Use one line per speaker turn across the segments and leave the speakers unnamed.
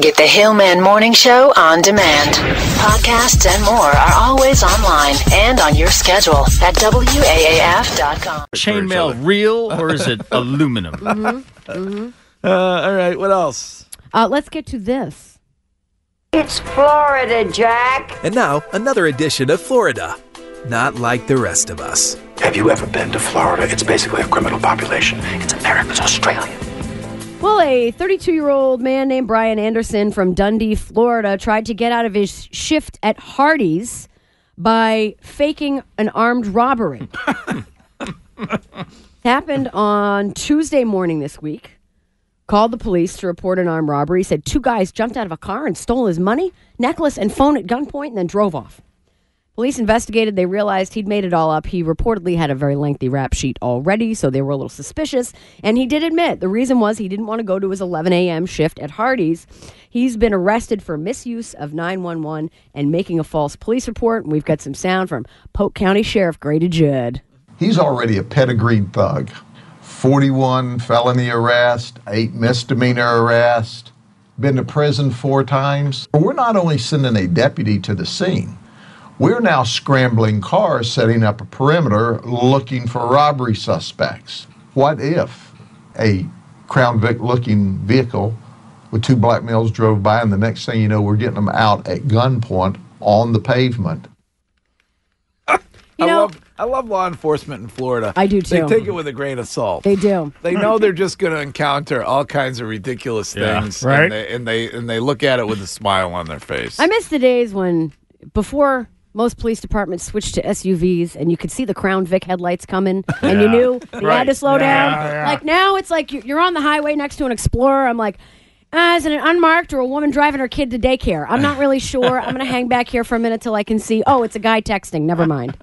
Get the Hillman Morning Show on demand. Podcasts and more are always online and on your schedule at WAAF.com.
Chainmail real or is it aluminum?
Uh, all right, what else?
Uh, let's get to this.
It's Florida, Jack.
And now, another edition of Florida. Not like the rest of us.
Have you ever been to Florida? It's basically a criminal population. It's America's Australia.
Well, a 32 year old man named Brian Anderson from Dundee, Florida, tried to get out of his shift at Hardee's by faking an armed robbery. It happened on Tuesday morning this week. Called the police to report an armed robbery. He said two guys jumped out of a car and stole his money, necklace, and phone at gunpoint and then drove off. Police investigated. They realized he'd made it all up. He reportedly had a very lengthy rap sheet already, so they were a little suspicious. And he did admit the reason was he didn't want to go to his 11 a.m. shift at Hardee's. He's been arrested for misuse of 911 and making a false police report. We've got some sound from Polk County Sheriff Grady Judd.
He's already a pedigreed thug. 41 felony arrest, eight misdemeanor arrest, been to prison four times. We're not only sending a deputy to the scene, we're now scrambling cars, setting up a perimeter, looking for robbery suspects. What if a Crown Vic looking vehicle with two black males drove by, and the next thing you know, we're getting them out at gunpoint on the pavement?
You
I
know,
love I love law enforcement in Florida.
I do,
They
too.
take it with a grain of salt.
they do.
They know they're just going to encounter all kinds of ridiculous
Yeah.
things,
Right.
And they, and they and they look at it with a smile on their face.
I miss the days when, before most police departments switched to SUVs and you could see the Crown Vic headlights coming and you
Yeah.
knew you had to
Right.
slow down.
Yeah, yeah.
Like now it's like you- you're on the highway next to an Explorer. I'm like, uh, is it an unmarked or a woman driving her kid to daycare? I'm not really sure. I'm going to hang back here for a minute till I can see. Oh, it's a guy texting. Never mind.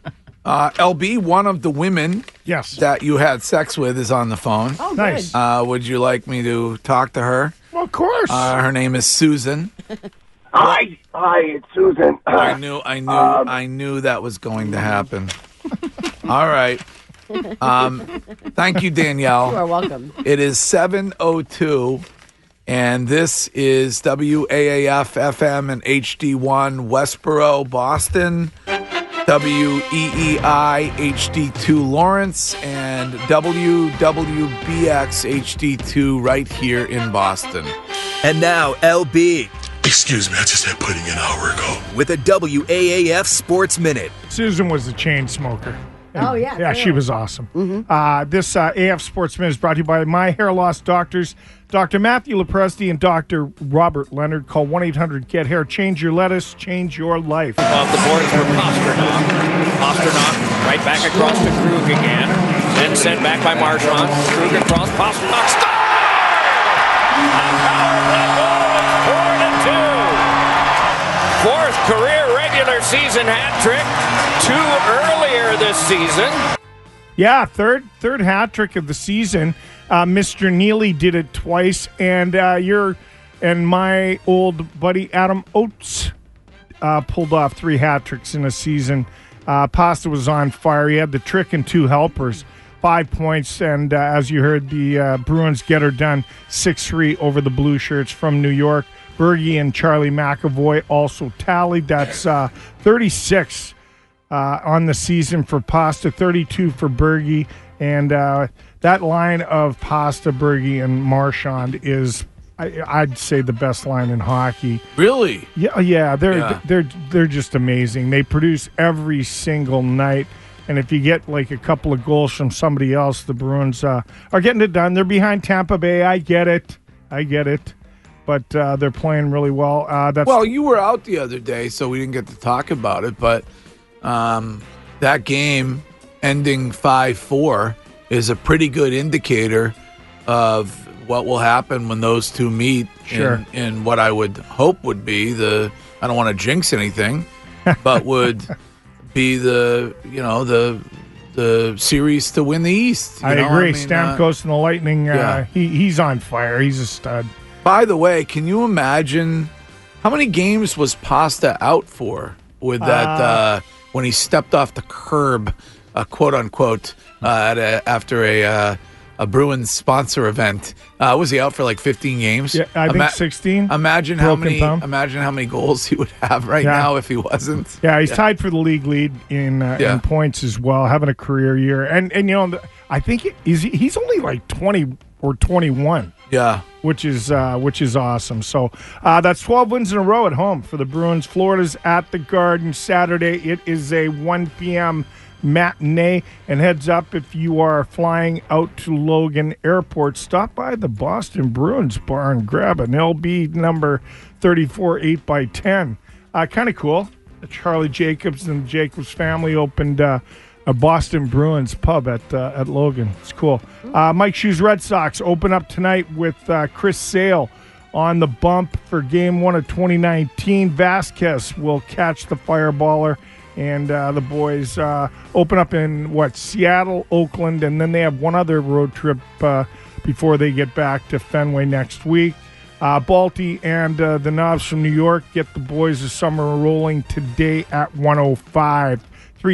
uh, LB, one of the women
Yes.
that you had sex with, is on the phone.
Oh,
Nice.
good.
Uh, would you like me to talk to her?
Well, of course.
Uh, her name is Susan.
Hi, hi, it's Susan. Um,
I knew, I knew, I knew that was going to happen. All right. Um, thank you, Danielle.
You are welcome.
It is 702 and this is WAAF FM and HD1 Westboro, Boston, E WEEI HD2 Lawrence and WWBX HD2 right here in Boston.
And now, LB
Excuse me, I just had pudding an hour ago.
with a WAAF Sports Minute.
Susan was the chain smoker.
Oh, yeah, Mm-hmm.
Yeah, she
clearly.
was awesome. Uh, this uh, AF Sportsman is brought to you by My Hair Loss Doctors, Dr. Matthew Lepresti and Dr. Robert Leonard. Call 1 800 GET HAIR. Change your lettuce, change your life.
off the boards for Pasternak. Pasternak right back across to Krug again. Then sent back by Marchand. Krug across. Pasternak stop. Four to two. Fourth career regular season hat trick. Two earlier this season.
Yeah, third third hat trick of the season. Uh, Mr. Neely did it twice, and uh, your and my old buddy Adam Oates uh, pulled off three hat tricks in a season. Uh, Pasta was on fire. He had the trick and two helpers, five points, and uh, as you heard, the uh, Bruins get her done six three over the Blue Shirts from New York. Bergie and Charlie McAvoy also tallied. That's uh, thirty six uh, on the season for Pasta, 32 for Bergie. And uh, that line of Pasta, Bergie, and Marchand is, I, I'd say, the best line in hockey.
Really?
Yeah, yeah, they're
Yeah.
they're they're just amazing. They produce every single night, and if you get like a couple of goals from somebody else, the Bruins uh, are getting it done. They're behind Tampa Bay. I get it, I get it, but uh, they're playing really well. Uh, that's
Well, you were out the other day, so we didn't get to talk about it, but um, that game ending 5 4 is a pretty good indicator of what will happen when those two meet.
Sure.
In, in what I would hope would be the, I don't want to jinx anything, but would be the, you know, the, the series to win the East. you
I
know?
agree.
mean, uh,
Stamkos and the Lightning. Uh,
Yeah.
he, he's on fire. He's a stud.
By the way, can you imagine how many games was Pasta out for with that uh, when he stepped off the curb, uh, quote unquote, uh, at a, after a, uh, a Bruins sponsor event. Uh, was he out for like 15 games?
Yeah, I think 16.
Imagine how
Broken
many.
thumb.
Imagine how many goals he would have right
Yeah.
now if he wasn't.
Yeah, he's tied for the league lead in, uh,
Yeah.
in points as well, having a career year. And and you know, the- I think it- is he- he's only like twenty or twenty one,
Yeah.
which is uh, which is awesome. So uh, that's twelve wins in a row at home for the Bruins. Florida's at the Garden Saturday. It is a one p.m. matinee. And heads up, if you are flying out to Logan Airport, stop by the Boston Bruins bar and grab an LB number thirty four eight by ten. Uh, kind of cool. Charlie Jacobs and the Jacobs family opened uh, a Boston Bruins pub at uh, at Logan. It's cool. Uh, Mike Shoes Red Sox open up tonight with uh, Chris Sale on the bump for Game One of 2019. Vasquez will catch the fireballer, and uh, the boys uh, open up in what Seattle, Oakland, and then they have one other road trip uh, before they get back to Fenway next week. Uh, Balti and uh, the Knobs from New York get the boys of summer rolling today at 105.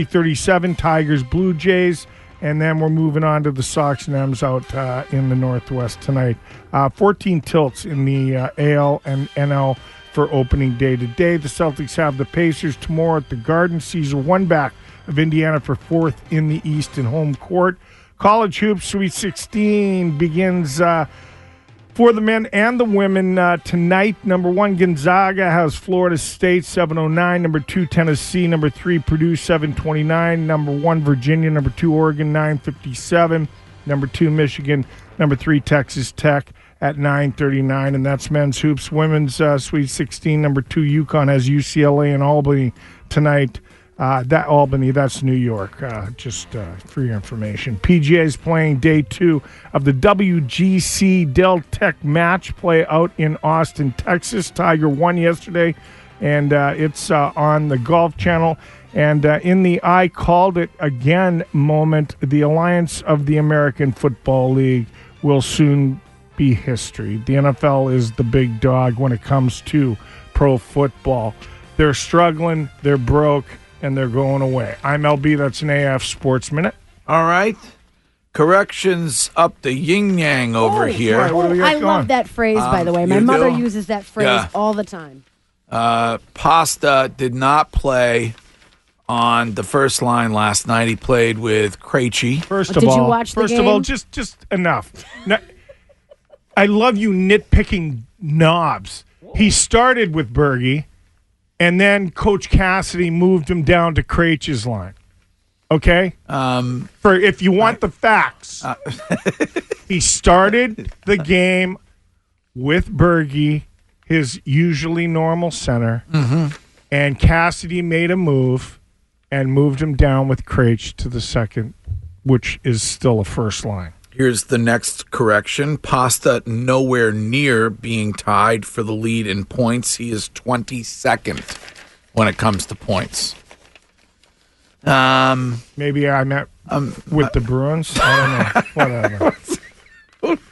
337 Tigers, Blue Jays, and then we're moving on to the Sox and M's out uh, in the Northwest tonight. Uh, 14 tilts in the uh, AL and NL for opening day today. The Celtics have the Pacers tomorrow at the Garden. Caesar one back of Indiana for fourth in the East and home court. College hoops Sweet 16 begins. Uh, for the men and the women uh, tonight. Number one, Gonzaga has Florida State 709. Number two, Tennessee. Number three, Purdue 729. Number one, Virginia. Number two, Oregon 957. Number two, Michigan. Number three, Texas Tech at 939. And that's men's hoops. Women's uh, Sweet 16. Number two, UConn has UCLA and Albany tonight. Uh, that Albany, that's New York. Uh, just uh, for your information, PGA is playing day two of the WGC Dell Tech match play out in Austin, Texas. Tiger won yesterday, and uh, it's uh, on the Golf Channel. And uh, in the I called it again moment, the alliance of the American Football League will soon be history. The NFL is the big dog when it comes to pro football. They're struggling, they're broke, and they're going away. I'm LB, that's an AF Sports Minute.
All right. Corrections up the yin yang
Oh,
over here.
I love that phrase, by
Um,
the way. My
you
mother
do?
uses that phrase
Yeah.
all the time.
Uh, Pasta did not play on the first line last night. He played with Krejci.
First of all, first of all, just just enough. No- I love you nitpicking knobs. He started with Bergie, and then Coach Cassidy moved him down to Krejci's line. Okay,
um,
for if you want the facts, he started the game with Bergie, his usually normal center, and Cassidy made a move and moved him down with Krejci to the second, which is still a first line.
Here's the next correction. Pasta nowhere near being tied for the lead in points. He is 22nd when it comes to points. Um,
Maybe Um, I meant with the Bruins. I don't know. Whatever.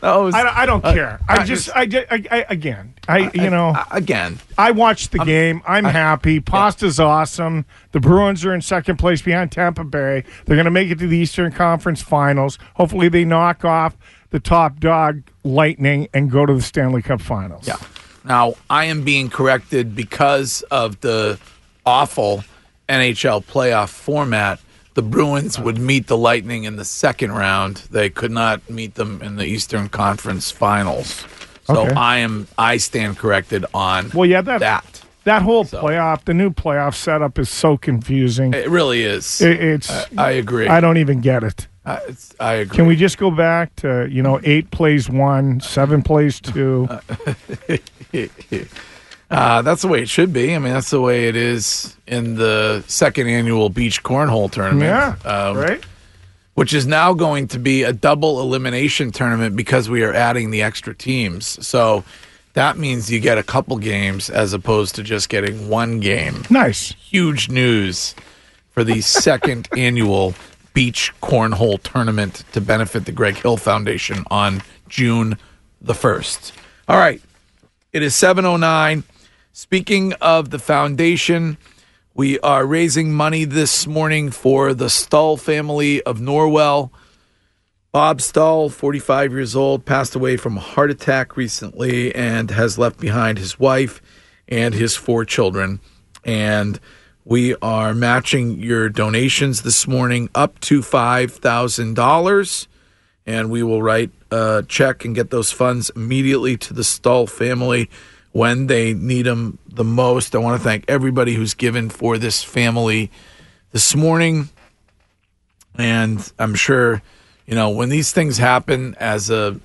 knows?
I, don't- I don't
Uh,
care. I
I
just, I, ju- I, I- again, I, you know,
again.
I watched the game. I'm happy. Pasta's awesome. The Bruins are in second place behind Tampa Bay. They're going to make it to the Eastern Conference Finals. Hopefully, they knock off the top dog Lightning and go to the Stanley Cup Finals. Yeah.
Now, I am being corrected because of the awful NHL playoff format. The Bruins would meet the Lightning in the second round. They could not meet them in the Eastern Conference Finals. So
Okay.
I am I stand corrected on
Well, yeah, that
that.
that whole playoff, the new playoff setup is so confusing.
It really is.
It- it's.
I, I agree.
I don't even get it.
I, it's, I agree.
Can we just go back to you know eight plays one, seven plays two?
Uh, that's the way it should be. I mean, that's the way it is in the second annual beach cornhole tournament.
yeah,
Um,
right.
which is now going to be a double elimination tournament because we are adding the extra teams. So that means you get a couple games as opposed to just getting one game.
Nice.
Huge news for the second annual beach cornhole tournament to benefit the Greg Hill Foundation on June the 1st. All right. It is 709. Speaking of the foundation, we are raising money this morning for the Stull family of Norwell. Bob Stahl, 45 years old, passed away from a heart attack recently and has left behind his wife and his four children. And we are matching your donations this morning up to $5,000. And we will write a check and get those funds immediately to the Stahl family when they need them the most. I want to thank everybody who's given for this family this morning. And I'm sure, you know, when these things happen as a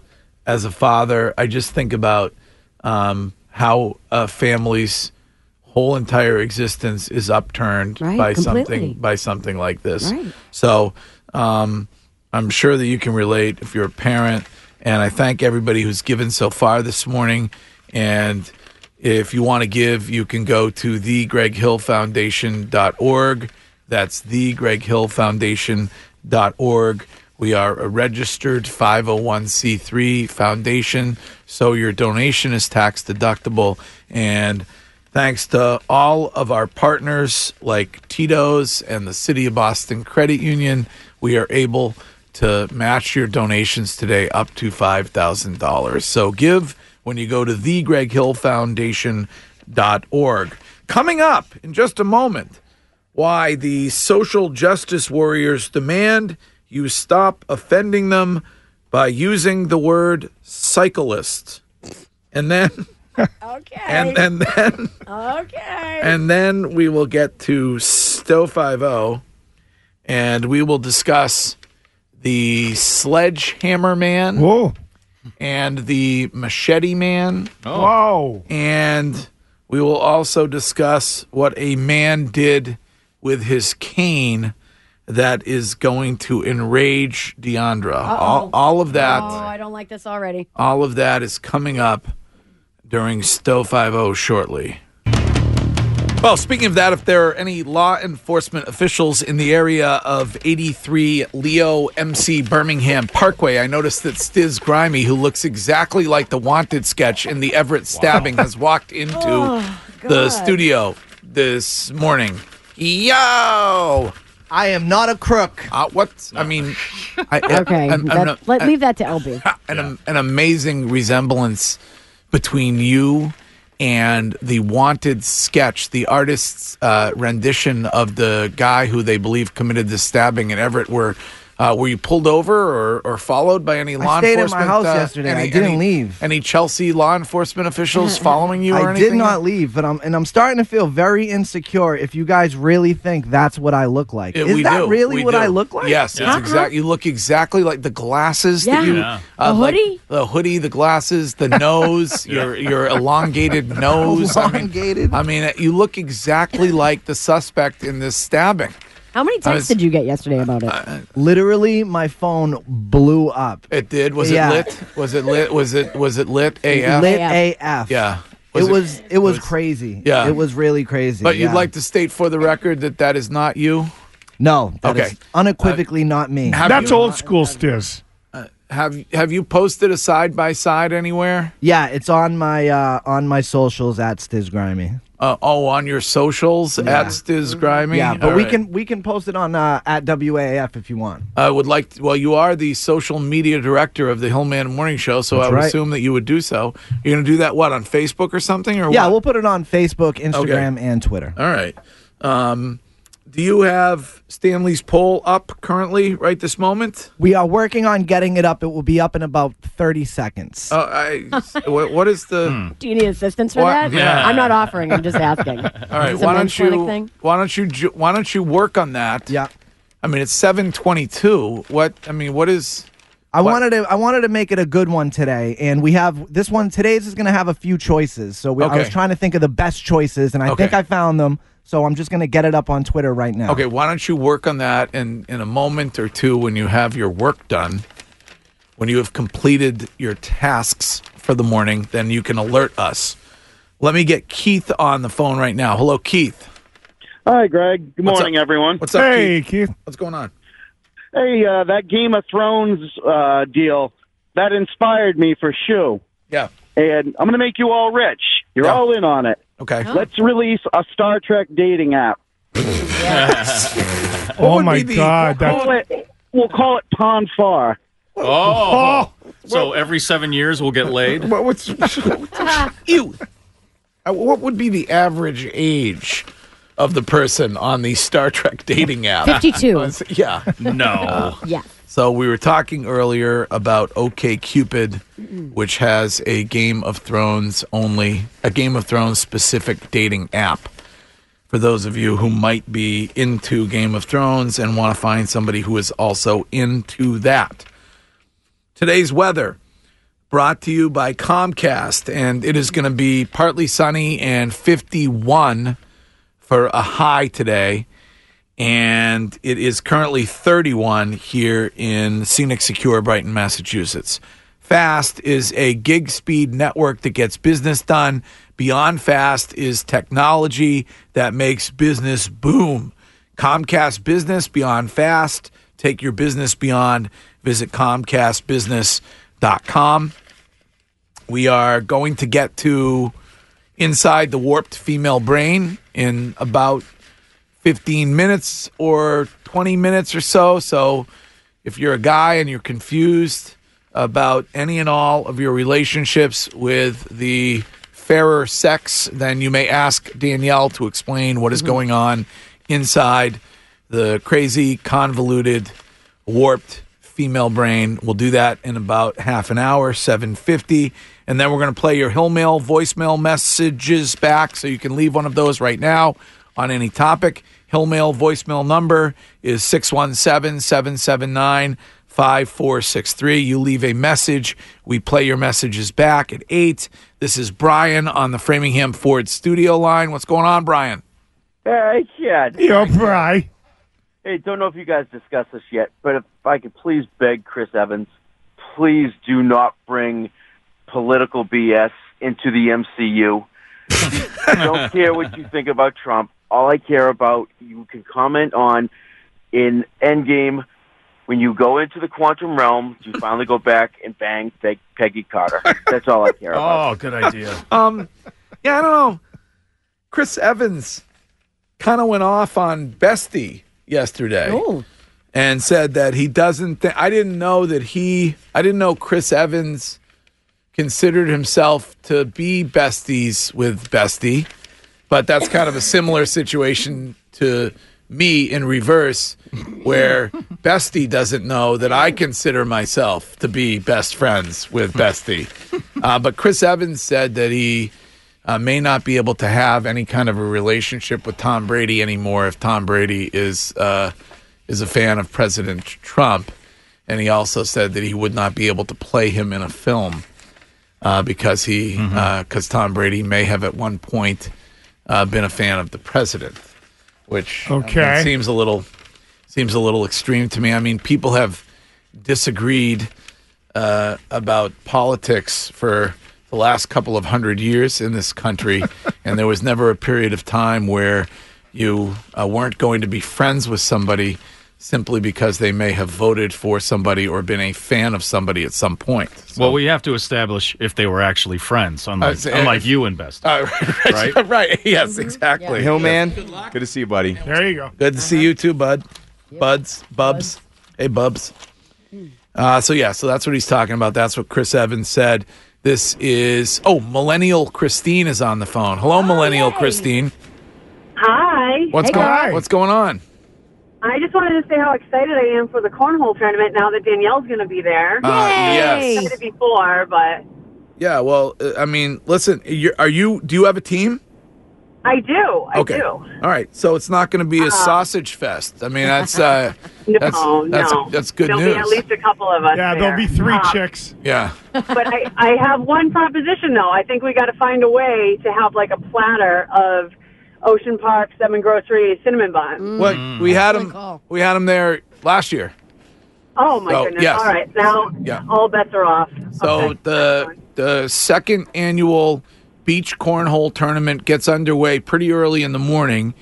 as a father, I just think about um, how a family's whole entire existence is upturned
Right,
by
completely.
something by something like this.
Right.
So um, I'm sure that you can relate if you're a parent. And I thank everybody who's given so far this morning. And if you want to give, you can go to thegreghillfoundation.org. That's thegreghillfoundation.org. We are a registered 501c3 foundation, so your donation is tax deductible. And Thanks to all of our partners like Tito's and the City of Boston Credit Union, we are able to match your donations today up to $5,000. So give when you go to thegreghillfoundation.org. Coming up in just a moment, why the social justice warriors demand you stop offending them by using the word cyclist. And then okay. And and then
Okay.
and then we will get to Stowe 50 and we will discuss the Sledgehammer Man.
Whoa.
And the Machete Man.
Oh. Whoa.
And we will also discuss what a man did with his cane that is going to enrage Deandra. All, all of that.
Oh, I don't like this already.
All of that is coming up during Stowe 50 shortly. Well, speaking of that, if there are any law enforcement officials in the area of 83 Leo MC Birmingham Parkway, I noticed that Stiz Grimy, who looks exactly like the wanted sketch in the Everett stabbing, has walked into
Oh,
the
God.
studio this morning. Yo!
I am not a crook.
Uh, what? I mean, I,
okay,
I'm- I'm
that-
not-
let,
I-
leave that to LB.
an, am- an amazing resemblance between you and the wanted sketch, the artist's uh, rendition of the guy who they believe committed the stabbing in Everett. Were uh, were you pulled over or, or followed by any
I
law
stayed at my
enforcement?
house
uh,
yesterday. I
Any,
didn't
any-
leave.
Any Chelsea law enforcement officials following you? or
I
anything?
did not leave, but I'm and I'm starting to feel very insecure. If you guys really think that's what I look like,
Yeah,
is
we
that
do.
really
We
what
do.
I look like?
Yes, it's exact. You look exactly like the glasses. That
Yeah.
you,
Yeah.
uh,
The
like
hoodie?
the hoodie, the glasses, the nose, your your elongated nose. Elongated. I mean, I mean, you look exactly like the suspect in this stabbing.
How many
I
texts
was-
did you get yesterday about it?
Literally, my phone blew up.
It did. Was
Yeah.
it lit? Was it lit? Was it was it lit? AF.
Lit AF.
Yeah.
it was it was crazy.
Yeah.
it was really crazy.
But
yeah.
you'd like to state for the record that that is not you.
no, that
Okay.
is unequivocally not me.
have That's you- old
school, Stiz.
Have Have you posted a side by side anywhere?
Yeah, it's on my uh on my socials at Stiz Grimy.
Uh, oh, on your socials at Stiz Grimy.
yeah, but
All
we
right.
can we can post it on uh, at WAF if you want.
I uh, would like. To, well, you are the social media director of the Hillman Morning Show, so
That's
I would
right.
assume that you would do so. You're going to do that what on Facebook or something, or
Yeah,
what?
we'll put it on Facebook, Instagram, and Twitter.
All right. Um, do you have Stanley's poll up currently, right this moment?
We are working on getting it up. It will be up in about 30 seconds.
Uh, I. what, what is the?
Do you need assistance for
What?
that?
Yeah.
I'm not offering. I'm just asking.
All right.
Is this a
Why
men's
don't
clinic
you?
Thing?
Why don't you? ju- Why don't you work on that?
Yeah.
I mean, it's seven twenty-two. What? I mean, what is?
I
what-
wanted to I wanted to make it a good one today, and we have this one. Today's is going to have a few choices, so we, I was
Okay.
trying to think of the best choices, and I think I found them. So I'm just going to get it up on Twitter right now.
Okay, why don't you work on that in, in a moment or two when you have your work done, when you have completed your tasks for the morning, then you can alert us. Let me get Keith on the phone right now. Hello, Keith.
Hi, Greg. Good
What's
morning,
up?
everyone.
What's up, Hey,
Keith?
What's going on?
Hey, uh, that Game of Thrones uh, deal that inspired me for Shoe.
Yeah.
And I'm going to make you all rich. You're all in on it.
Okay.
Let's release a Star Trek dating app.
oh my God!
We'll call,
That
it, we'll call it Pon Far.
Oh. So every seven years we'll get laid.
What, what's, you? What would be the average age of the person on the Star Trek dating app?
52.
yeah.
No.
Yeah.
So we were talking earlier about OK Cupid, which has a Game of Thrones only, a Game of Thrones specific dating app. For those of you who might be into Game of Thrones and want to find somebody who is also into that. Today's weather brought to you by Comcast, and it is going to be partly sunny and 51 for a high today. And it is currently 31 here in Scenic Secure, Brighton, Massachusetts. Fast is a gig speed network that gets business done. Beyond Fast is technology that makes business boom. Comcast Business Beyond Fast. Take your business beyond. Visit ComcastBusiness.com. We are going to get to inside the warped female brain in about 15 minutes or 20 minutes or so. So if you're a guy and you're confused about any and all of your relationships with the fairer sex, then you may ask Danielle to explain what is going on inside the crazy, convoluted, warped female brain. We'll do that in about half an hour, 750. And then we're going to play your Hill Mail voicemail messages back. So you can leave one of those right now on any topic. Hill Mail voicemail number is 617 779 5463. You leave a message. We play your messages back at 8. This is Brian on the Framingham Ford studio line. What's going on, Brian?
Hey, Chad.
Yo, Bry.
Hey, don't know if you guys discussed this yet, but if I could please beg Chris Evans, please do not bring political BS into the MCU. I don't care what you think about Trump. All I care about, you can comment on in Endgame when you go into the quantum realm, you finally go back and bang Peg- Peggy Carter. That's all I care about.
Oh, good idea.
Um, yeah, I don't know. Chris Evans kind of went off on Bestie yesterday and said that he doesn't think. I didn't know that he. I didn't know Chris Evans considered himself to be besties with Bestie, but that's kind of a similar situation to me in reverse, where Bestie doesn't know that I consider myself to be best friends with Bestie. Uh, but Chris Evans said that he uh, may not be able to have any kind of a relationship with Tom Brady anymore if Tom Brady is uh, is a fan of President Trump, and he also said that he would not be able to play him in a film uh, because he because Tom Brady may have at one point uh, been a fan of the president, which I mean,
Okay.
seems a little seems a little extreme to me. I mean, people have disagreed uh, about politics for the last couple of hundred years in this country, and there was never a period of time where you uh, weren't going to be friends with somebody simply because they may have voted for somebody or been a fan of somebody at some point.
Well, we have to establish if they were actually friends,
Uh,
unlike,
so-
unlike you and Best.
Uh, right, right, Yes,
Mm-hmm.
exactly.
Hillman, good to see you, buddy.
There you go.
Good to see you too, bud. Buds, bubs. Hey, bubs. Uh, so yeah, so that's what he's talking about. That's what Chris Evans said. This is oh, millennial Christine is on the phone. Hello, millennial Christine.
Hi.
What's going? What's going on?
I just wanted to say how excited I am for the cornhole tournament now that Danielle's going to be there.
Uh, yes.
I was excited before, but
Yeah. Well, uh, I mean, listen. You're, are you? Do you have a team?
I do. I
okay.
do.
All right. So it's not going to be a
Uh,
sausage fest. I mean, that's uh,
No,
that's
no.
that's that's good
There'll
news.
be at least a couple of us.
Yeah,
there.
there'll be three
Uh,
chicks.
yeah.
but I, I have one proposition though. I think we got to find a way to have like a platter of Ocean Park Seven Grocery cinnamon buns.
Mm.
Mm-hmm. Well, we had him. We had him there last year.
Oh my
Oh,
goodness!
yes.
All right, now
Yeah.
all bets are off.
So the the second annual beach cornhole tournament gets underway pretty early in the morning,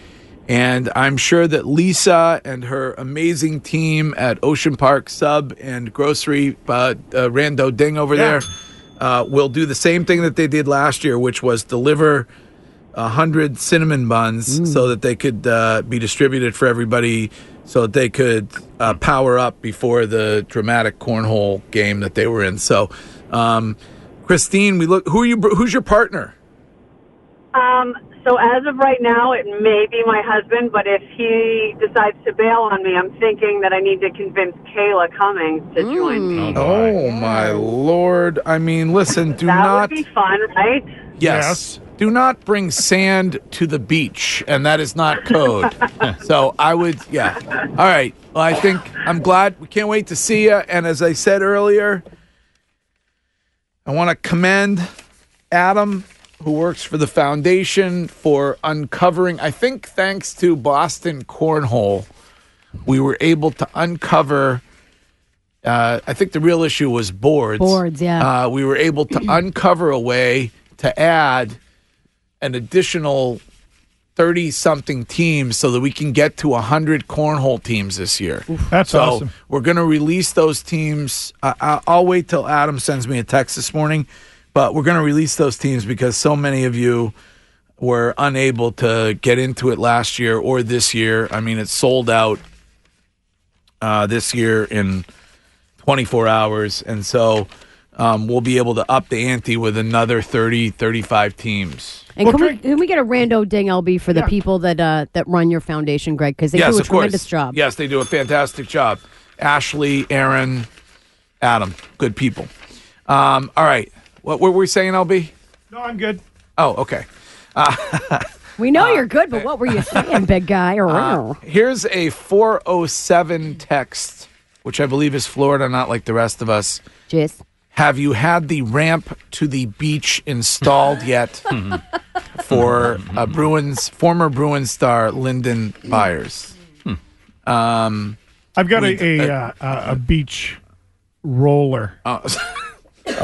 and I'm sure that Lisa and her amazing team at Ocean Park Sub and Grocery uh, uh, Rando Ding over
Yeah.
there uh, will do the same thing that they did last year, which was deliver a hundred cinnamon buns so that they could uh, be distributed for everybody so that they could uh, power up before the dramatic cornhole game that they were in. So, um, Christine, we look. Who are you? Who's your partner?
Um, so as of right now, it may be my husband, but if he decides to bail on me, I'm thinking that I need to convince Kayla Cummings to
Mm.
join me.
Oh my lord! I mean, listen. Do
that
not.
would be fun, right?
Yes. Do not bring sand to the beach, and that is not code. so I would, yeah. All right. Well, I think I'm glad. We can't wait to see you. And as I said earlier, I want to commend Adam, who works for the foundation, for uncovering. I think thanks to Boston Cornhole, we were able to uncover. Uh, I think the real issue was boards.
Boards, yeah.
Uh, we were able to uncover a way to add an additional 30 something teams so that we can get to 100 cornhole teams this year.
that's
so
awesome.
We're going to release those teams. I, I, I'll wait till Adam sends me a text this morning, but we're going to release those teams because so many of you were unable to get into it last year or this year. I mean, it sold out uh, this year in 24 hours. And so um, we'll be able to up the ante with another 30, 35 teams.
And can we, can we get a rando ding LB for the people that uh, that run your foundation, Greg? Because they
yes,
do a
of course.
tremendous job.
Yes, they do a fantastic job. Ashley, Aaron, Adam, good people. Um, all right. What were we saying, LB?
No, I'm good.
Oh, okay. Uh,
We know you're good, but what were you saying, big guy? Or
Uh, here's a 407 text, which I believe is Florida, not like the rest of us.
Yes.
Have you had the ramp to the beach installed yet for uh, Bruins former Bruins star Lyndon Byers? Um,
I've got
we- Uh,
a a, uh, uh, a beach roller.
a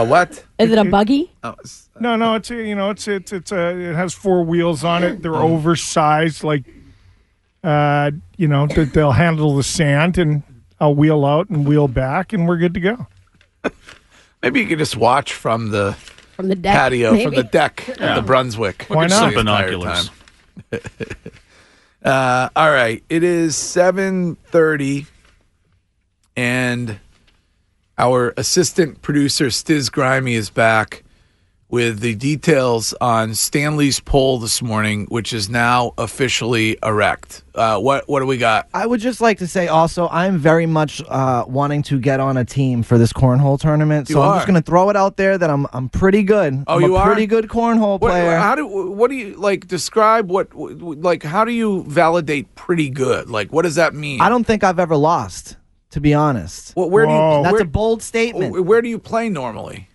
what?
Is it a buggy?
Oh,
No, no, it's a, you know, it's it's it's a it has four wheels on it. They're oversized, like uh, you know, that they'll handle the sand and I'll wheel out and wheel back, and we're good to go.
Maybe you could just watch from the
from the deck,
patio, from
maybe?
the deck at
Yeah.
the Brunswick.
Why
the
not?
entire
Binoculars.
time. uh, all right, it is seven thirty, and our assistant producer Stiz Grimy is back with the details on Stanley's poll this morning, which is now officially erect. Uh, what what do we got?
I would just like to say also, I'm very much uh, wanting to get on a team for this cornhole tournament.
You
so I'm
are.
just going to throw it out there that I'm I'm pretty good.
Oh,
I'm
you
a
are
pretty good cornhole
What,
player.
how do what do you like describe what like how do you validate pretty good? Like what does that mean?
I don't think I've ever lost, to be honest.
Well, where do you?
That's
where-
a bold statement.
Where do you play normally?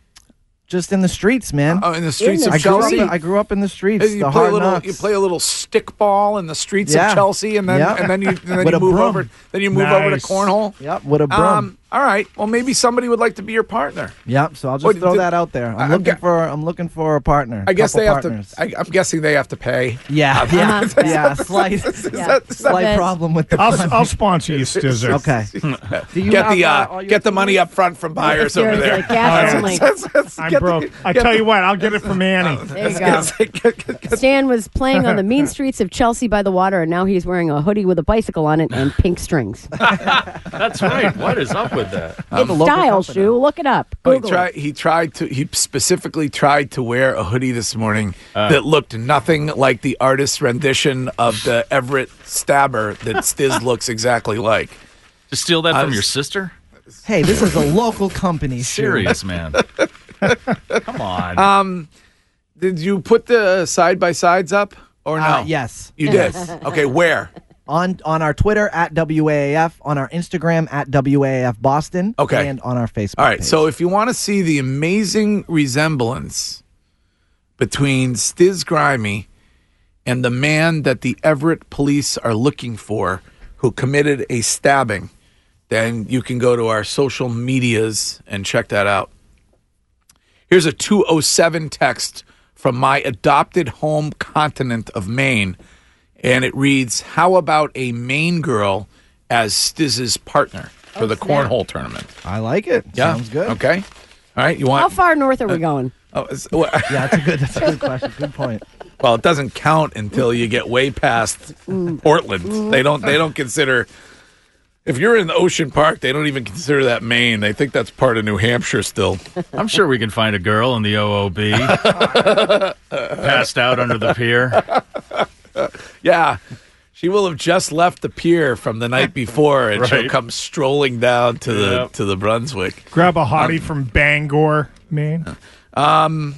just in the streets, man.
Oh, in the streets of
I grew up
Chelsea? Uh,
in- I grew up in the
You
streets.
play,
the
a
hard
little,
knocks.
you play a little stick ball in the streets
Yeah.
of Chelsea, and then
Yep.
and then you and then
With
you
a
move
broom.
over. Then you move over to
Nice.
cornhole. Um,
Yep, with a broom.
all right. Well, maybe somebody would like to be your partner.
Yep. So I'll just
What-
throw
did-
that out there. I'm
I'm
looking for I'm looking for a partner.
I guess
couple
they
partners.
have to. I, I'm guessing they have to pay.
Yeah,
Uh,
yeah, yeah. Slight,
that- is that-
slight problem with the.
I'll, I'll sponsor you, Stizzer.
Okay.
Do you
get
have,
the
uh,
uh, get the money up front from buyers over
Seriously,
there.
gas and
All right.
I'm
get the-
broke. I
get
tell
the- Oh,
you what, I'll get it from Annie.
There you go. Stan was playing on the mean streets of Chelsea by the water, and now he's wearing a hoodie with a bicycle on it and pink strings.
Um,
That's right. What is up with that?
It's style shoe. Look it up.
Oh, he
Google
tried.
it.
He tried to. He specifically tried to wear a hoodie this morning that looked nothing like the artist's rendition of the Everett Stabber that Stiz looks exactly like.
To steal that
I
from
was-
your sister?
Hey, this is a local company. shoe.
Serious man. Come on.
Um, did you put the side by sides up or no?
Uh, yes.
you did. okay, where?
On on our Twitter at WAAF, on our Instagram at WAAF Boston.
Okay.
And on our Facebook.
All right. So if you want to see the amazing resemblance between Stiz Grimy and the man that the Everett police are looking for who committed a stabbing, then you can go to our social medias and check that out. Here's a 207 text from my adopted home continent of Maine. And it reads, How about a Maine girl as Stiz's partner for the cornhole tournament?
I like it.
Yeah.
Sounds good.
Okay. All right. You
How
want?
far north are we going?
oh, it's- well,
yeah, that's a good. That's a good question. Good point.
well, it
Mm.
doesn't count until you get way past Portland. They don't. They don't consider If you're in Ocean Park, they don't even consider that Maine. They think that's part of New Hampshire still.
I'm sure we can find a girl in the OOB passed out under the pier.
Yeah. She will have just left the pier from the night before and she'll
Right.
come strolling down to the
Yep.
to the Brunswick.
Grab a
Oh.
hottie from Bangor, Maine.
Um,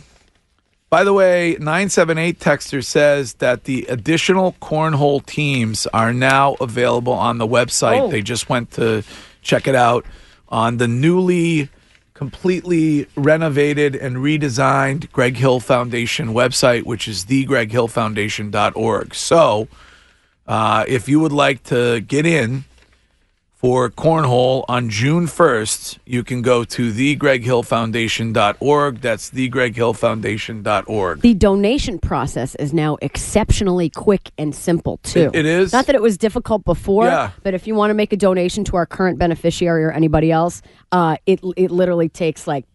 by the way, 978 Texter says that the additional cornhole teams are now available on the website.
Oh.
They just went to check it out on the newly completely renovated and redesigned Greg Hill Foundation website, which is thegreghillfoundation.org. So uh, if you would like to get in, for cornhole on June 1st, you can go to thegreghillfoundation.org. That's thegreghillfoundation.org.
The donation process is now exceptionally quick and simple, too.
It- it is.
Not that it was difficult before,
Yeah.
but if you want to make a donation to our current beneficiary or anybody else, uh, it, it literally takes like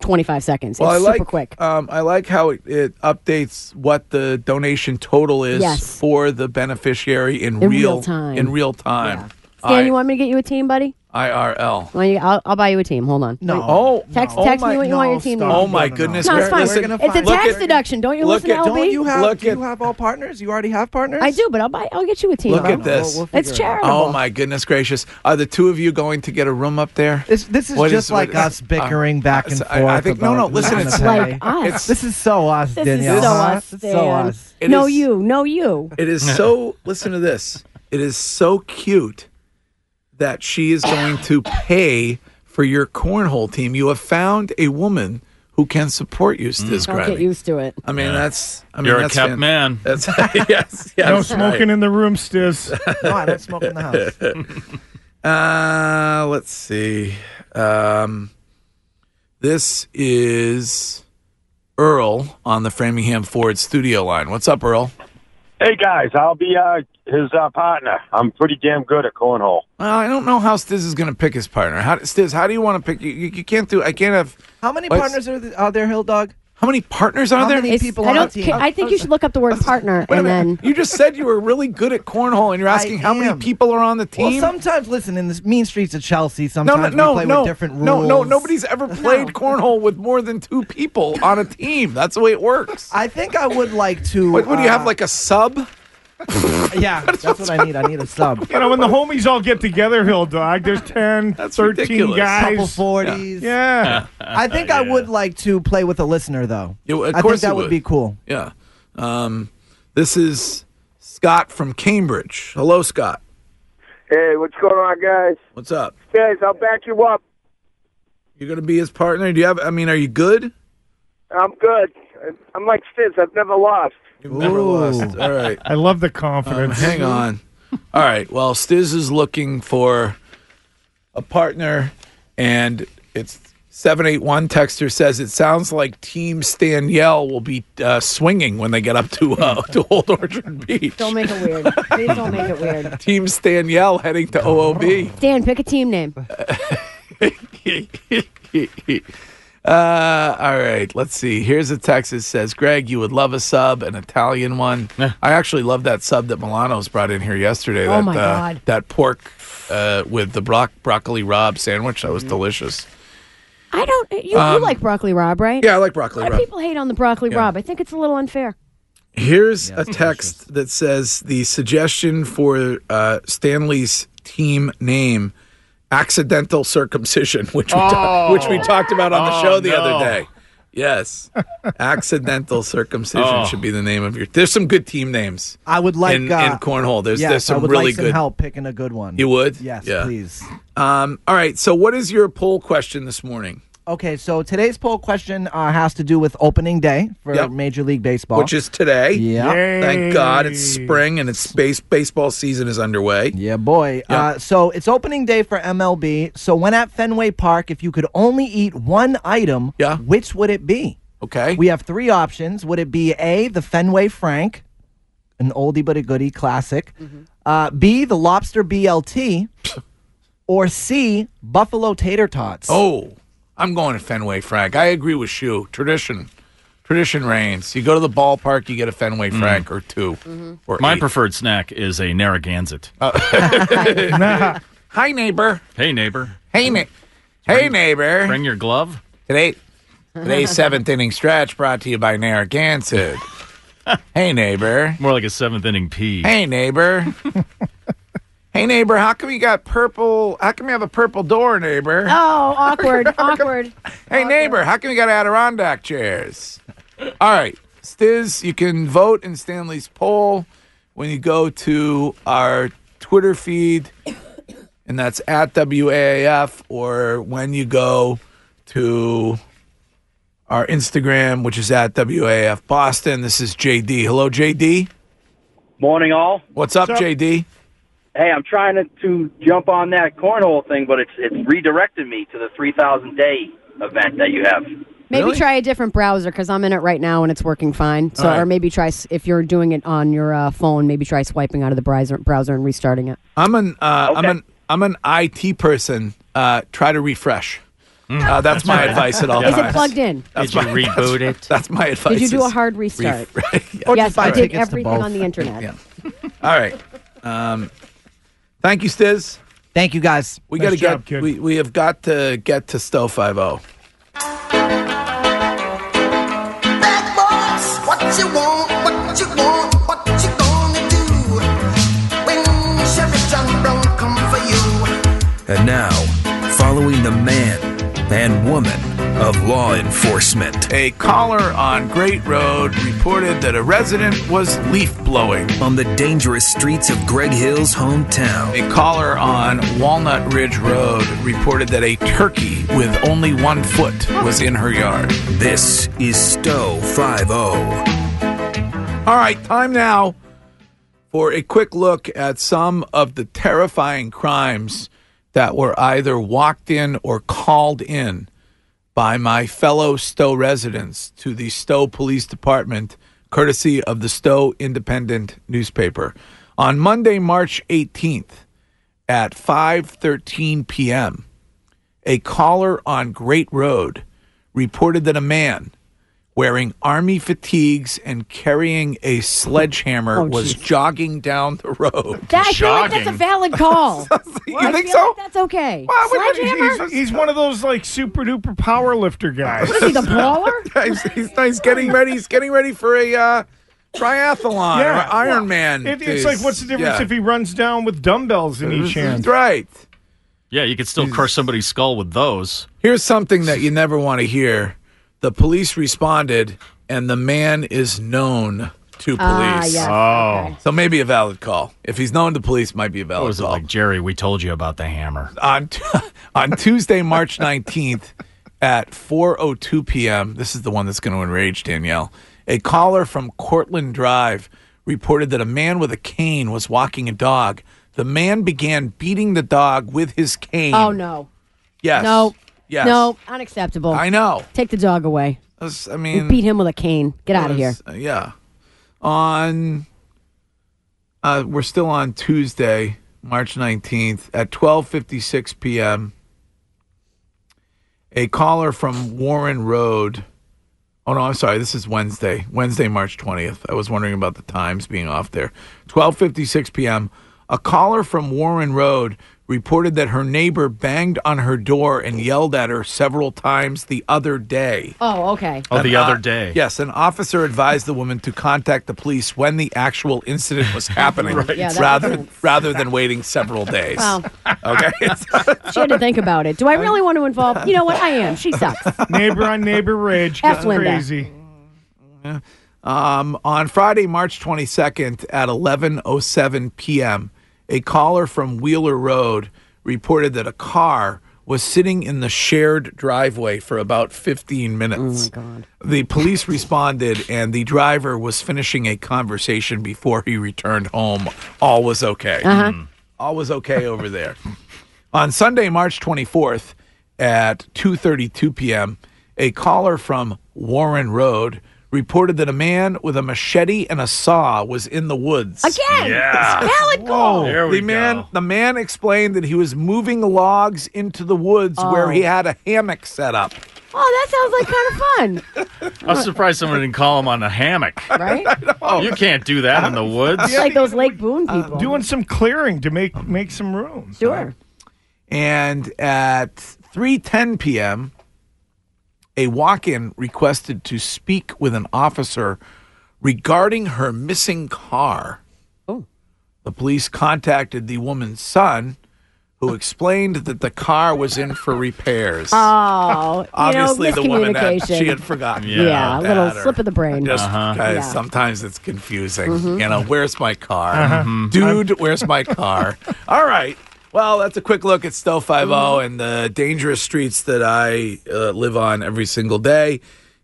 25 seconds.
Well, I
it's
like
super quick.
Um, I like how it, it updates what the donation total is
Yes.
for the beneficiary in,
In real time.
In real time.
Dan, you want me to get you a team, buddy?
I- IRL.
Why don't you- I'll, I'll buy you a team. Hold on.
No.
Wait.
Oh,
text
no.
text
Oh
me
my-
what you want
no,
your team to
stop.
be.
Oh, my No, no, goodness
No, it's
gra-
fine.
listen,
it's a
look
tax
at-
deduction. Don't you
look
listen
at-
to LB?
don't
You have,
Look
do
at-
you have all partners? You already have partners?
I do, but I'll buy. I'll get you a team.
Look
I'll-
at this.
we'll- we'll it's
figure it out.
charitable.
Oh my goodness gracious! Are the two of you going to get a room up there?
This, this is
What
just
what-
like us bickering back and
so
forth.
I- I think no,
about
no. Listen,
who's
it's
gonna pay.
it's-
this is so us,
This
Danielle.
is so
huh?
us,
It's
Dan.
so us.
It
no,
is-
you. No, you.
It is so. listen to this. It is so cute that she is going to pay for your cornhole team. You have found a woman who can support you, Stiz
Don't get
Gravy.
used to it.
I mean, that's. I mean,
You're a
that's
kept
fan-
man.
That's yes, yes.
no smoking in the room, Stiz.
No, I don't smoke in the house.
uh, let's see. Um, this is Earl on the Framingham Ford studio line. What's up, Earl?
Hey guys, I'll be uh, his uh, partner. I'm pretty damn good at cornhole.
Well, I don't know how Stiz is going to pick his partner. How, Stiz, how do you want to pick? You, you, you can't do. I can't have.
How many
What's-
partners are, th- are there, Hill Dog?
How many partners are
How
there?
many It's- people
I don't. ca- I think you should look up the word partner
Wait a
and then.
minute. You just said you were really good at cornhole, and you're asking how many people are on the
Well,
team.
sometimes, listen, in the mean streets of Chelsea,
no, no,
sometimes
no,
we play
no,
with different rules.
no, no. Nobody's ever played cornhole with more than two people on a team. That's the way it works.
I think I would like to.
What, what do you have?
uh,
Like a sub?
yeah, that's what I need. I need a sub.
You know, when the homies all get together, Hill Dog, there's 10, 13
ridiculous.
guys.
Couple 40s.
Yeah.
I think I would like to play with a listener, though.
Uh, Yeah, well, of
I
course
think that
you
would
would.
be cool.
Yeah. Um, this is Scott from Cambridge. Hello, Scott.
Hey, what's going on, guys?
What's up?
Guys, I'll back you up.
You're going to be his partner. Do you have? I mean, are you good?
I'm good. I'm like Stiz. I've never lost.
Never lost. All right.
I love the confidence.
Um, hang on. All right. Well, Stiz is looking for a partner, and it's 781 Texter says it sounds like Team Staniel will be uh, swinging when they get up to uh, to Old Orchard Beach.
Don't make it weird. Please don't make it weird.
Team Staniel heading to OOB.
Dan, pick a team name.
Uh, all right, let's see. Here's a text that says, Greg, you would love a sub, an Italian one. I actually love that sub that Milano's brought in here yesterday.
Oh
that,
my
uh,
God.
That pork uh, with the bro- broccoli rob sandwich. That was delicious.
I don't. You, you
Um,
like broccoli Rob, right?
Yeah, I like broccoli
A lot of
Rob.
people hate on the broccoli
Yeah.
Rob. I think it's a little unfair.
Here's a text that says the suggestion for uh, Stanley's team name, accidental circumcision, which we, ta-
Oh.
which we talked about on the
Oh,
show the
no.
other day. Yes, accidental circumcision
Oh.
should be the name of your. There's some good team names.
I would like
in,
uh,
in cornhole. There's
yes,
there's
I
some
would
really
like some
good.
help picking a good one.
You would?
Yes,
Yeah.
please.
Um, all right. So, what is your poll question this morning?
Okay, so today's poll question uh, has to do with opening day for
Yep.
Major League Baseball,
Which is today.
Yeah.
Thank God it's spring and it's base baseball season is underway.
Yeah, boy. Uh, so it's opening day for MLB. So when at Fenway Park, if you could only eat one item, yeah. which would it be?
Okay.
We have three options. Would it be A, the Fenway Frank, an oldie but a goodie classic?
Mm-hmm.
Uh, B, the lobster BLT? or C, buffalo tater tots?
Oh, I'm going to Fenway Frank. I agree with you. Tradition. Tradition reigns. You go to the ballpark, you get a Fenway Frank or 2 or
My
eight.
preferred snack is a Narragansett.
Hi, neighbor.
hey, neighbor.
Hey, na- hey, neighbor.
Bring your glove.
Today, today's seventh inning stretch brought to you by Narragansett. hey, neighbor.
More like a seventh inning pee.
Hey, neighbor. hey, neighbor. How come you got purple? How come you have a purple door, neighbor?
Oh, awkward, awkward.
Hey, neighbor. How come you got Adirondack chairs? All right, Stiz. You can vote in Stanley's poll when you go to our Twitter feed, and that's at WAAF, or when you go to our Instagram, which is at WAF Boston. This is JD. Hello, JD.
Morning, all.
What's up, JD?
Hey, I'm trying to, to jump on that cornhole thing, but it's it's redirected me to the 3,000 day event that you have.
Maybe try a different browser because I'm in it right now and it's working fine. So,
All right.
or maybe try s- if you're doing it on your uh, phone. Maybe try swiping out of the browser, browser and restarting it.
I'm an uh, I'm an I'm an IT person. Uh, try to refresh. Uh, that's my advice at all
Is
times.
it plugged in?
That's my, reboot it? That's my advice.
Did you do a
is
hard restart?
refresh.
yes, I did
tickets to
everything
both.
on the internet.
All right. Um, thank you, Stiz.
Thank you, guys.
We
Nice
got to
job,
get. We, we have got to get to Stowe Five oh. O.
Bad boys, what you want, what you want, what you gonna do when Sheriff John Brown come for you?
And now, following the man and woman of law enforcement.
A caller on Great Road reported that a resident was leaf blowing
on the dangerous streets of Greg Hill's hometown.
A caller on Walnut Ridge Road reported that a turkey with only one foot was in her yard.
This is Stowe oh. 5 0.
All right, time now for a quick look at some of the terrifying crimes that were either walked in or called in by my fellow Stowe residents to the Stowe Police Department, courtesy of the Stowe Independent newspaper. On Monday, March 18th at 5:13 p.m., a caller on Great Road reported that a man wearing army fatigues and carrying a sledgehammer
Oh,
was
geez.
jogging down the road.
That, I feel like that's a valid call. you think so? that's okay. Sledgehammer?
He's, he's one of those like super duper power lifter guys.
What is he, the brawler?
he's, he's, he's getting ready. He's getting ready for a uh, triathlon or Iron Man.
It, it's like, what's the difference
Yeah.
if he runs down with dumbbells in each hand?
Right.
Yeah, you could still crush somebody's skull with those.
Here's something that you never want to hear. The police responded, and the man is known to police.
Ah, yes,
oh, so maybe a valid call. If he's known to police, might be a valid
What was it
call.
like, Jerry? We told you about the hammer.
on t- on Tuesday, March 19th at 4:02 p.m. This is the one that's going to enrage Danielle. A caller from Cortland Drive reported that a man with a cane was walking a dog. The man began beating the dog with his cane.
Oh no.
Yes.
No.
Yes.
No. Unacceptable.
I know.
Take the dog away.
I mean,
beat him with a cane. Get out of here.
Uh, yeah. On uh, we're still on Tuesday, March 19th at 12:56 p.m. A caller from Warren Road. Oh no, I'm sorry. This is Wednesday. Wednesday, March 20th. I was wondering about the times being off there. 12:56 p.m. A caller from Warren Road reported that her neighbor banged on her door and yelled at her several times the other day.
Oh, okay.
Oh, the
An o-
other day.
Yes, an officer advised the woman to contact the police when the actual incident was happening,
Right. Yeah, that makes
rather rather than waiting several days.
Well,
Okay.
she had to think about it. Do I really want to involve? You know what? I am. She sucks.
neighbor on neighbor rage
F
gets
Linda.
crazy.
Um, on Friday, March 22nd at 11:07 p.m., a caller from Wheeler Road reported that a car was sitting in the shared driveway for about 15 minutes. Oh my god. The police responded and the driver was finishing a conversation before he returned home. All was okay. Hmm.
Uh-huh.
All was okay over there. On Sunday, March 24th at 2:32 p.m., a caller from Warren Road reported that a man with a machete and a saw was in the woods.
Again.
Yeah.
Valid call.
There we
the man,
go.
the man explained that he was moving logs into the woods where
Oh.
he had a hammock set up.
Oh, that sounds like kind of fun.
I was surprised someone didn't call him on a hammock.
Right?
You can't do that in the woods.
It's like those Lake Boone
Uh,
people.
doing some clearing to make make some room.
Sure.
And at 3:10 p.m., a walk-in requested to speak with an officer regarding her missing car.
Oh.
The police contacted the woman's son, who explained that the car was in for repairs.
Oh, you know,
Obviously, the woman had,
miscommunication.
she had forgotten.
Yeah, a
about
little
that or-
slip of the brain.
Just guys,
Yeah.
sometimes it's confusing.
Mhm.
You know, where's my car, Mm-hmm.
Uh-huh.
dude? Where's my car? All right. Well, that's a quick look at Stowe Five O
Mm-hmm.
and the dangerous streets that I uh, live on every single day.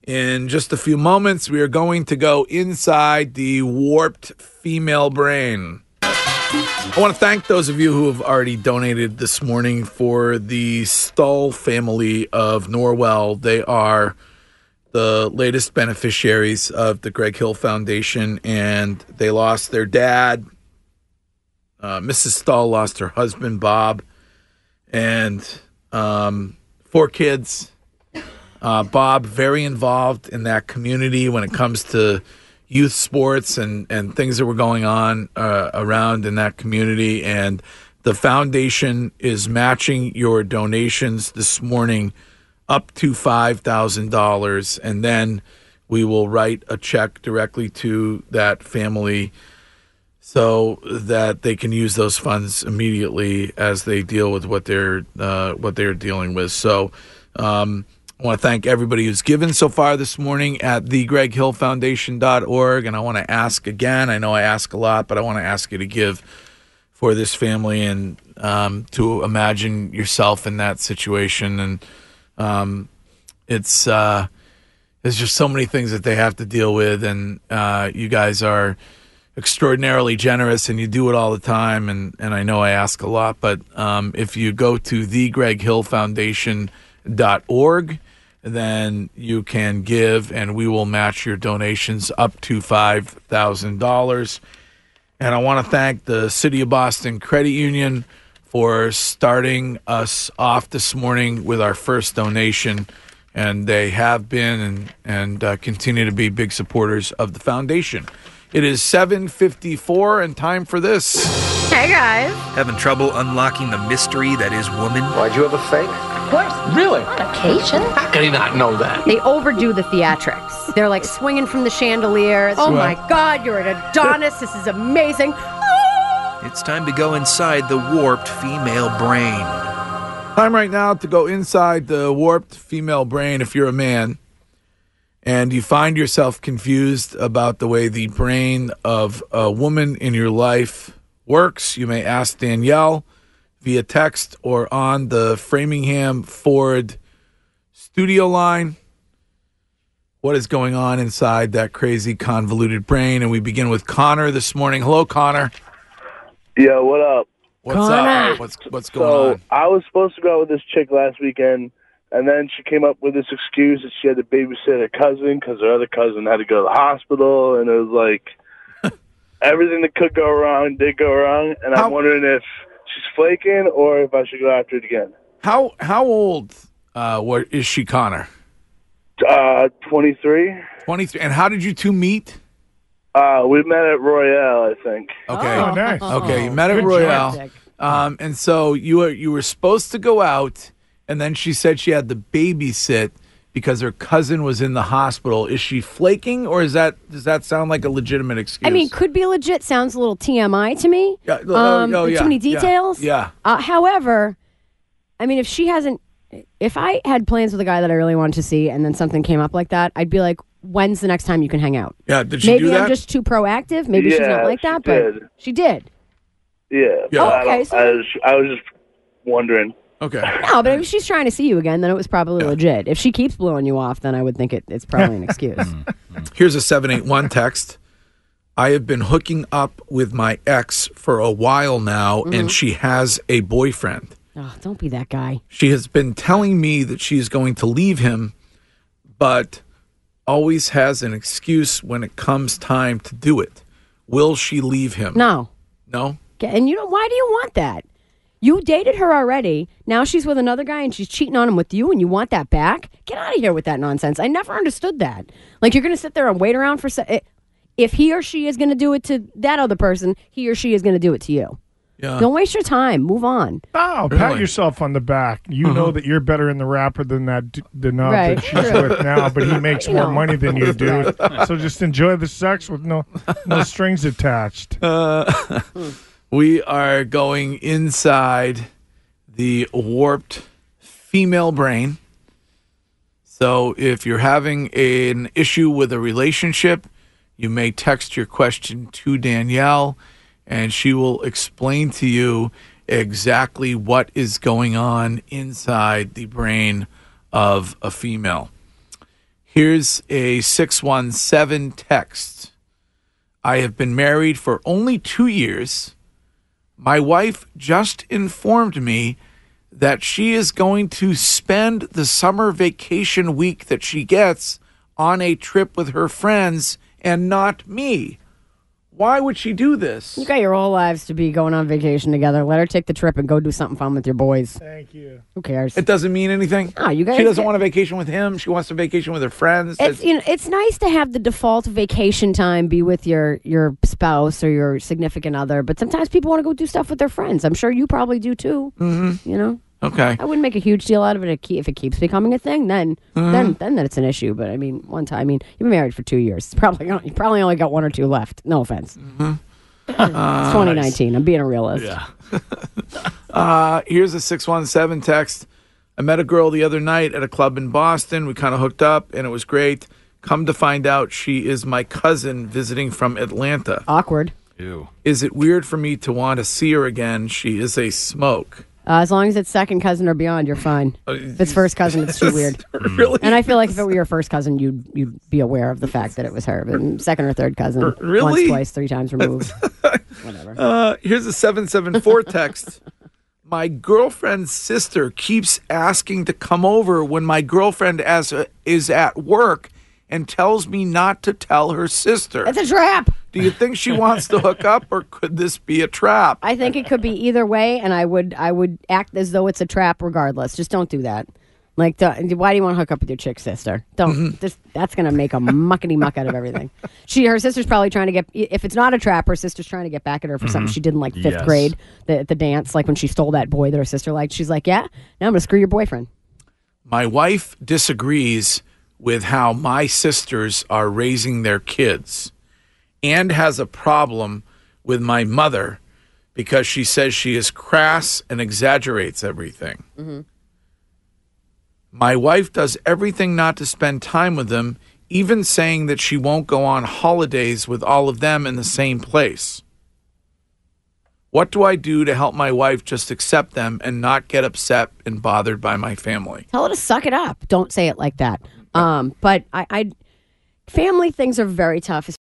In just a few moments, we are going to go inside the warped female brain. I want to thank those of you who have already donated this morning for the Stull family of Norwell. They are the latest beneficiaries of the Greg Hill Foundation, and they lost their dad. Uh, Mrs. Stahl lost her husband, Bob, and um, four kids. Uh, Bob, very involved in that community when it comes to youth sports and, and things that were going on uh, around in that community. And the foundation is matching your donations this morning up to $5,000. And then we will write a check directly to that family so that they can use those funds immediately as they deal with what they're uh, what they're dealing with. So, um, I want to thank everybody who's given so far this morning at thegreghillfoundation.org. And I want to ask again. I know I ask a lot, but I want to ask you to give for this family and um, to imagine yourself in that situation. And um, it's uh, there's just so many things that they have to deal with, and uh, you guys are extraordinarily generous and you do it all the time and, and i know i ask a lot but um, if you go to the greg hill foundation.org then you can give and we will match your donations up to $5000 and I want to thank the City of Boston Credit Union for starting us off this morning with our first donation. And they have been and, and uh, continue to be big supporters of the foundation. It is 7.54 and time for this.
Hey guys.
Having trouble unlocking the mystery that is woman?
Why'd you have a fake?
Of course.
Really?
Occasion.
How could he not know that?
They overdo the theatrics. They're like swinging from the chandelier. Oh
Right.
my God, you're an Adonis. this is amazing.
It's time to go inside the warped female brain.
Time right now to go inside the warped female brain if you're a man and you find yourself confused about the way the brain of a woman in your life works. You may ask Danielle via text or on the Framingham Ford studio line what is going on inside that crazy convoluted brain. And we begin with Connor this morning. Hello, Connor.
Yeah, what up?
What's up? What's, what's going
so
on?
I was supposed to go out with this chick last weekend, and then she came up with this excuse that she had to babysit her cousin because her other cousin had to go to the hospital, and it was like everything that could go wrong did go wrong, and I'm wondering if she's flaking or if I should go after it again.
How how old uh, what is she, Connor?
Uh, 23.
23. And how did you two meet?
Uh, we met at Royale, I think.
Okay.
Oh, nice.
Okay, you met at
Good
Royale.
job.
Um, and so you were, you were supposed to go out, and then she said she had to babysit because her cousin was in the hospital. Is she flaking, or is that does that sound like a legitimate excuse?
I mean, could be legit. Sounds a little TMI to me.
Yeah, oh,
um,
oh, yeah,
too many
yeah,
details.
yeah.
Uh, however, I mean, if she hasn't, if I had plans with a guy that I really wanted to see, and then something came up like that, I'd be like, "When's the next time you can hang out?"
yeah, did she
maybe
do that?
I'm just too proactive. Maybe she's
Yeah,
not like
she
that, but
did.
she did.
Yeah.
Yeah.
I,
Okay,
don't-
so-
I was, I was just wondering.
Oh.
Okay.
No, but if she's trying to see you again, then it was probably legit. If she keeps blowing you off, then I would think it, it's probably an excuse.
Hmm. Here's a 781 text. I have been hooking up with my ex for a while now,
Mhm.
and she has a boyfriend.
oh, don't be that guy.
She has been telling me that she is going to leave him, but always has an excuse when it comes time to do it. Will she leave him?
No.
No?
Okay, And you know why do you want that? You dated her already. Now she's with another guy and she's cheating on him with you and you want that back? Get out of here with that nonsense. I never understood that. Like you're going to sit there and wait around for se- eh, if he or she is going to do it to that other person, he or she is going to do it to you.
Yeah.
Don't waste your time. Move on.
Oh, pat yourself on the back. You know that you're better in the rapper than that d- the knob
Right,
that she's
true.
with now, but he makes
You
more
know.
money than you do. so just enjoy the sex with no no strings attached.
Uh, we are going inside the warped female brain. So if you're having an issue with a relationship, you may text your question to Danielle and she will explain to you exactly what is going on inside the brain of a female. Here's a 617 text. I have been married for only two years. My wife just informed me that she is going to spend the summer vacation week that she gets on a trip with her friends and not me. Why would she do this?
You got your whole lives to be going on vacation together. Let her take the trip and go do something fun with your boys.
Thank you.
Who cares?
It doesn't mean anything.
No, you guys
she doesn't
get-
want a vacation with him. She wants a vacation with her friends.
It's you know it's nice to have the default vacation time be with your your spouse or your significant other, but sometimes people want to go do stuff with their friends. I'm sure you probably do too. Mm-hmm. You know,
okay.
I wouldn't make a huge deal out of it if it keeps becoming a thing. Then then then that it's an issue. But I mean, one time, I mean, you've been married for two years. It's probably you probably only got one or two left. No offense. it's 2019. I'm being a realist.
Uh, here's a 617 text. I met a girl the other night at a club in Boston. We kind of hooked up and it was great. Come to find out, she is my cousin visiting from Atlanta.
Awkward.
Ew.
Is it weird for me to want to see her again? She is a smoke.
Uh, as long as it's second cousin or beyond, you're fine. If it's first cousin, it's too weird.
Uh, really?
And I feel like if it were your first cousin, you'd you'd be aware of the fact that it was her. But second or third cousin,
R- really?
once, twice, three times removed.
Uh, here's a 774 text. My girlfriend's sister keeps asking to come over when my girlfriend as is at work and tells me not to tell her sister.
It's a trap.
Do you think she wants to hook up or could this be a trap?
I think it could be either way, and I would I would act as though it's a trap regardless. Just don't do that. Like, don't- why do you want to hook up with your chick sister? Don't. Just, that's going to make a muckety muck out of everything. She, her sister's probably trying to get. If it's not a trap, her sister's trying to get back at her for something
Mhm.
she did in like fifth
Yes.
grade the, at the dance, like when she stole that boy that her sister liked. She's like, yeah, now I'm going to screw your boyfriend.
My wife disagrees with how my sisters are raising their kids and has a problem with my mother because she says she is crass and exaggerates everything. My wife does everything not to spend time with them, even saying that she won't go on holidays with all of them in the same place. What do I do to help my wife just accept them and not get upset and bothered by my family?
Tell her to suck it up. Don't say it like that. Um, but I, I family things are very tough.